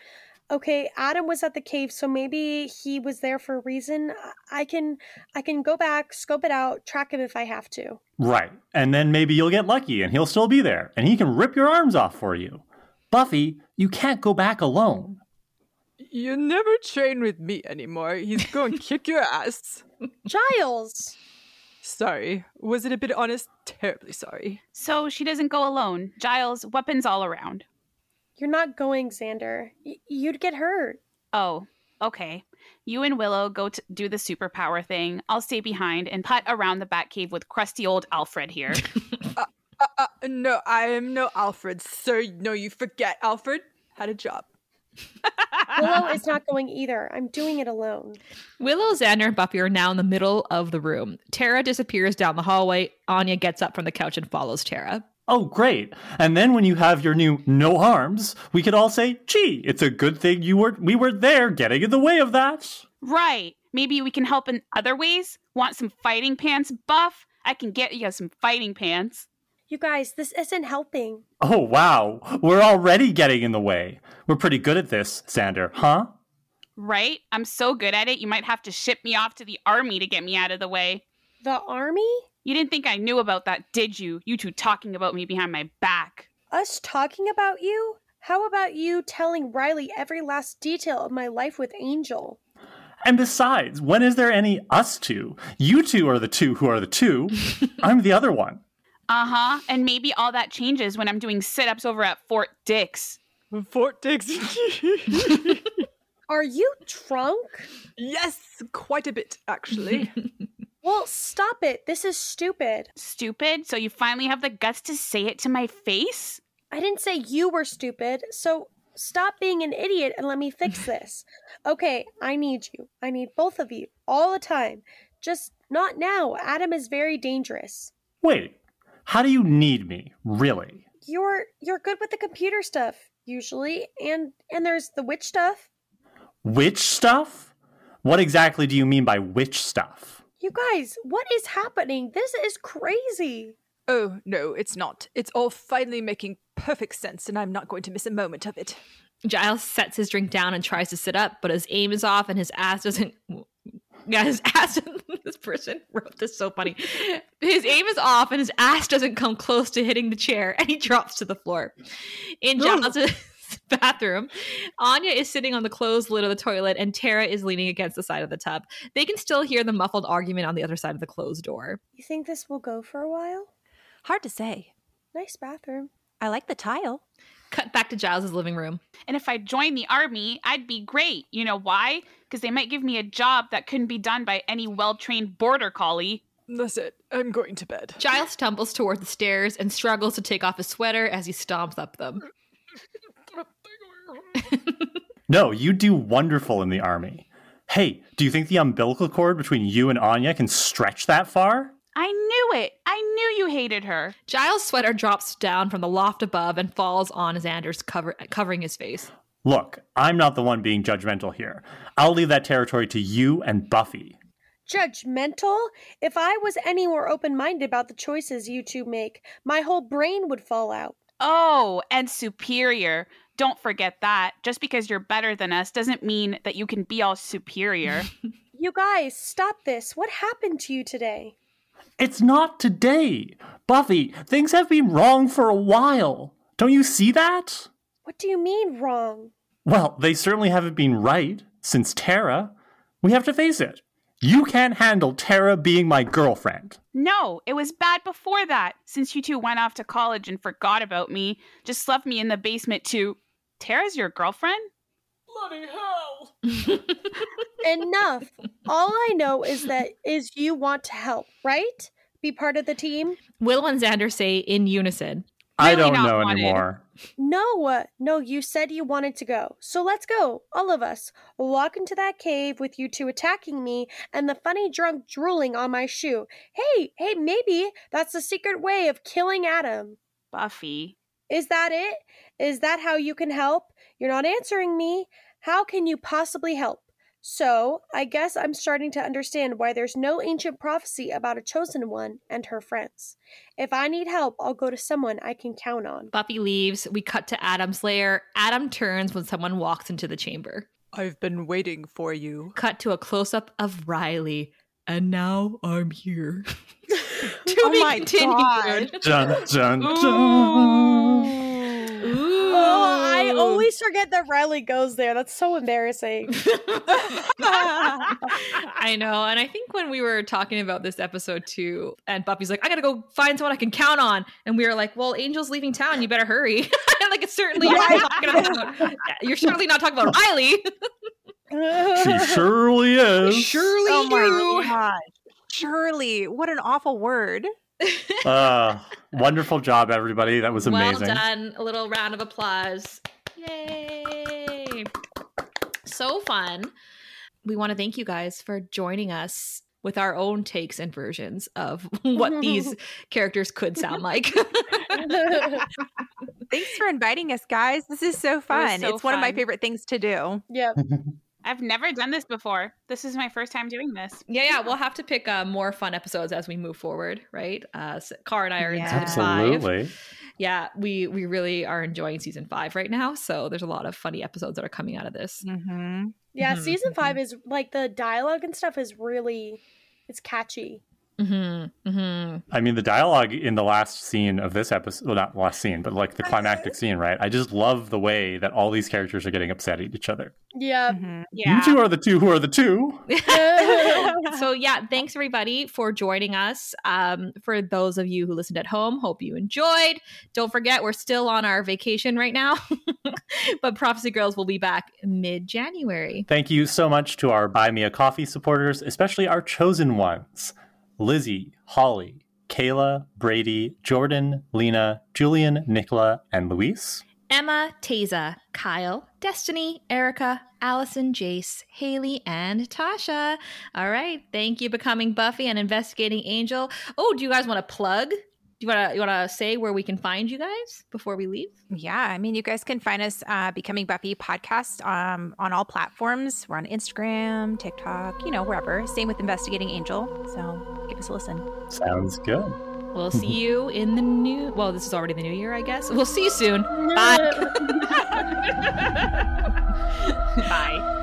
S5: Okay, Adam was at the cave, so maybe he was there for a reason. I- I can I can go back, scope it out, track him if I have to.
S2: Right. And then maybe you'll get lucky and he'll still be there and he can rip your arms off for you. Buffy, you can't go back alone.
S7: You never train with me anymore. He's going to kick your ass.
S5: Giles.
S7: Sorry. Was it a bit honest? Terribly sorry.
S6: So she doesn't go alone. Giles, weapons all around.
S5: You're not going, Xander. Y- you'd get hurt.
S6: Oh, okay. You and Willow go to do the superpower thing. I'll stay behind and putt around the Batcave with crusty old Alfred here.
S7: Uh, uh, no, I am no Alfred, sir. No, you forget. Alfred had a job.
S5: Willow is not going either. I'm doing it alone.
S3: Willow, Xander, and Buffy are now in the middle of the room. Tara disappears down the hallway. Anya gets up from the couch and follows Tara.
S2: Oh, great. And then when you have your new no harms, we could all say, gee, it's a good thing you were we were there getting in the way of that.
S6: right. Maybe we can help in other ways. Want some fighting pants, Buff? I can get you some fighting pants.
S5: You guys, this isn't helping.
S2: Oh, wow. We're already getting in the way. We're pretty good at this, Xander, huh?
S6: Right? I'm so good at it, you might have to ship me off to the army to get me out of the way.
S5: The army?
S6: You didn't think I knew about that, did you? You two talking about me behind my back.
S5: Us talking about you? How about you telling Riley every last detail of my life with Angel?
S2: And besides, when is there any us two? You two are the two who are the two. I'm the other one.
S6: Uh huh. And maybe all that changes when I'm doing sit ups over at Fort Dix.
S7: Fort Dix.
S5: Are you drunk?
S7: yes, quite a bit, actually.
S5: Well, stop it. This is stupid.
S6: Stupid. So you finally have the guts to say it to my face?
S5: I didn't say you were stupid, so stop being an idiot and let me fix this. Okay, I need you. I need both of you all the time. Just not now. Adam is very dangerous.
S2: Wait, how do you need me, really?
S5: You're you're good with the computer stuff usually, and and there's the witch stuff.
S2: Witch stuff? What exactly do you mean by witch stuff?
S5: You guys, what is happening? This is crazy.
S7: oh, no, it's not. It's all finally making perfect sense, and I'm not going to miss a moment of it.
S3: Giles sets his drink down and tries to sit up, but his aim is off and his ass doesn't. Yeah, his ass. this person wrote this so funny. His aim is off and his ass doesn't come close to hitting the chair and he drops to the floor. In Giles' bathroom, Anya is sitting on the closed lid of the toilet and Tara is leaning against the side of the tub. They can still hear the muffled argument on the other side of the closed door.
S5: You think this will go for a while?
S4: Hard to say.
S5: Nice bathroom.
S4: I like the tile.
S3: Cut back to Giles' living room.
S6: And if I joined the army, I'd be great. You know why? Because they might give me a job that couldn't be done by any well trained border collie.
S7: That's it. I'm going to bed.
S3: Giles stumbles toward the stairs and struggles to take off his sweater as he stomps up them.
S2: No, you do wonderful in the army. Hey, do you think the umbilical cord between you and Anya can stretch that far?
S6: I knew it. I knew you hated her.
S3: Giles' sweater drops down from the loft above and falls on Xander's cover, covering his face.
S2: Look, I'm not the one being judgmental here. I'll leave that territory to you and Buffy.
S5: Judgmental? If I was any more open minded about the choices you two make, my whole brain would fall out.
S6: Oh, and superior. Don't forget that. Just because you're better than us doesn't mean that you can be all superior.
S5: You guys, stop this. What happened to you today?
S2: It's not today. Buffy, things have been wrong for a while. Don't you see that?
S5: What do you mean wrong?
S2: Well, they certainly haven't been right since Tara. We have to face it. You can't handle Tara being my girlfriend.
S6: No, it was bad before that. Since you two went off to college and forgot about me, just left me in the basement to. Tara's your girlfriend?
S5: Enough. All I know is that is you want to help, right? Be part of the team?
S3: Will and Xander say in unison,
S2: I
S6: Really
S2: don't
S6: not
S2: know
S6: wanted.
S2: anymore.
S5: No, uh, no, you said you wanted to go. So let's go, all of us. Walk into that cave with you two attacking me and the funny drunk drooling on my shoe. Hey, hey, maybe that's the secret way of killing Adam.
S6: Buffy.
S5: Is that it? Is that how you can help? You're not answering me. How can you possibly help? So, I guess I'm starting to understand why there's no ancient prophecy about a chosen one and her friends. If I need help, I'll go to someone I can count on.
S3: Buffy leaves. We cut to Adam's lair. Adam turns when someone walks into the chamber.
S7: I've been waiting for you.
S3: Cut to a close up of Riley.
S10: And now I'm here.
S3: To
S4: Oh
S3: be
S4: my
S3: continued.
S2: Dun, dun, dun.
S3: Ooh.
S5: Oh, I always forget that Riley goes there. That's so embarrassing.
S3: I know. And I think when we were talking about this episode too, and Buffy's like, I gotta go find someone I can count on. And we were like, Well, Angel's leaving town, you better hurry. like it's certainly you're not talking about you're certainly not talking about Riley.
S2: She surely is.
S3: Surely
S4: Oh my
S3: you.
S4: god.
S7: Surely, what an awful word.
S2: Uh, wonderful job, everybody. That was amazing.
S3: Well done. A little round of applause. Yay. So fun. We want to thank you guys for joining us with our own takes and versions of what these characters could sound like.
S7: Thanks for inviting us, guys. This is so fun.
S6: so
S7: it's one of my
S6: fun.
S7: favorite things to do.
S5: yep.
S6: I've never done this before. This is my first time doing this.
S3: Yeah, yeah, we'll have to pick uh, more fun episodes as we move forward, right? Uh, s- Car and I are in
S7: Yeah.
S3: season five.
S2: Absolutely.
S3: Yeah, we we really are enjoying season five right now. So there's a lot of funny episodes that are coming out of this.
S7: Mm-hmm.
S5: Yeah,
S3: Mhm,
S5: season five is like the dialogue and stuff is really it's catchy.
S3: Mm-hmm, mm-hmm.
S2: I mean, the dialogue in the last scene of this episode, well, not last scene, but like the climactic scene, right? I just love the way that all these characters are getting upset at each other.
S6: Uh,
S5: Yeah.
S2: mm-hmm. You two are the two who are the two.
S3: so yeah, thanks everybody for joining us. Um, for those of you who listened at home, hope you enjoyed. Don't forget, we're still on our vacation right now, but Prophecy Girls will be back mid January.
S2: Thank you so much to our Buy Me a Coffee supporters, especially our chosen ones Lizzie, Holly, Kayla, Brady, Jordan, Lena, Julian, Nicola, and Luis.
S1: Emma, Taza, Kyle, Destiny, Erica, Allison, Jace, Haley, and Tasha.
S3: All right, thank you, becoming Buffy and investigating Angel. Oh, do you guys want to plug? Do you want to you want to say where we can find you guys before we leave?
S7: Yeah, I mean, you guys can find us uh, Becoming Buffy podcast um, on all platforms. We're on Instagram, TikTok, you know, wherever. Same with Investigating Angel. So give us a listen.
S2: Sounds good.
S3: We'll see you in the new. Well, this is already the new year, I guess. We'll see you soon. Bye.
S6: Bye.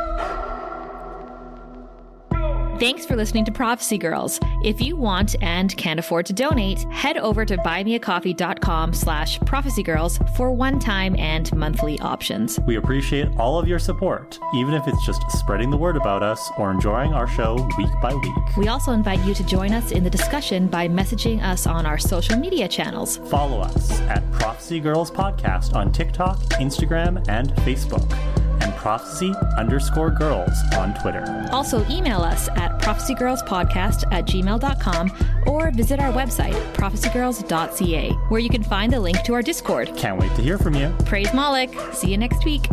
S1: Thanks for listening to Prophecy Girls. If you want and can afford to donate, head over to buymeacoffee.com slash prophecygirls for one-time and monthly options.
S2: We appreciate all of your support, even if it's just spreading the word about us or enjoying our show week by week.
S1: We also invite you to join us in the discussion by messaging us on our social media channels.
S2: Follow us at Prophecy Girls Podcast on TikTok, Instagram, and Facebook, and Prophecy underscore girls on Twitter.
S1: Also email us at prophecygirlspodcast at gmail.com or visit our website, prophecygirls.ca, where you can find the link to our Discord.
S2: Can't wait to hear from you.
S1: Praise Moloch. See you next week.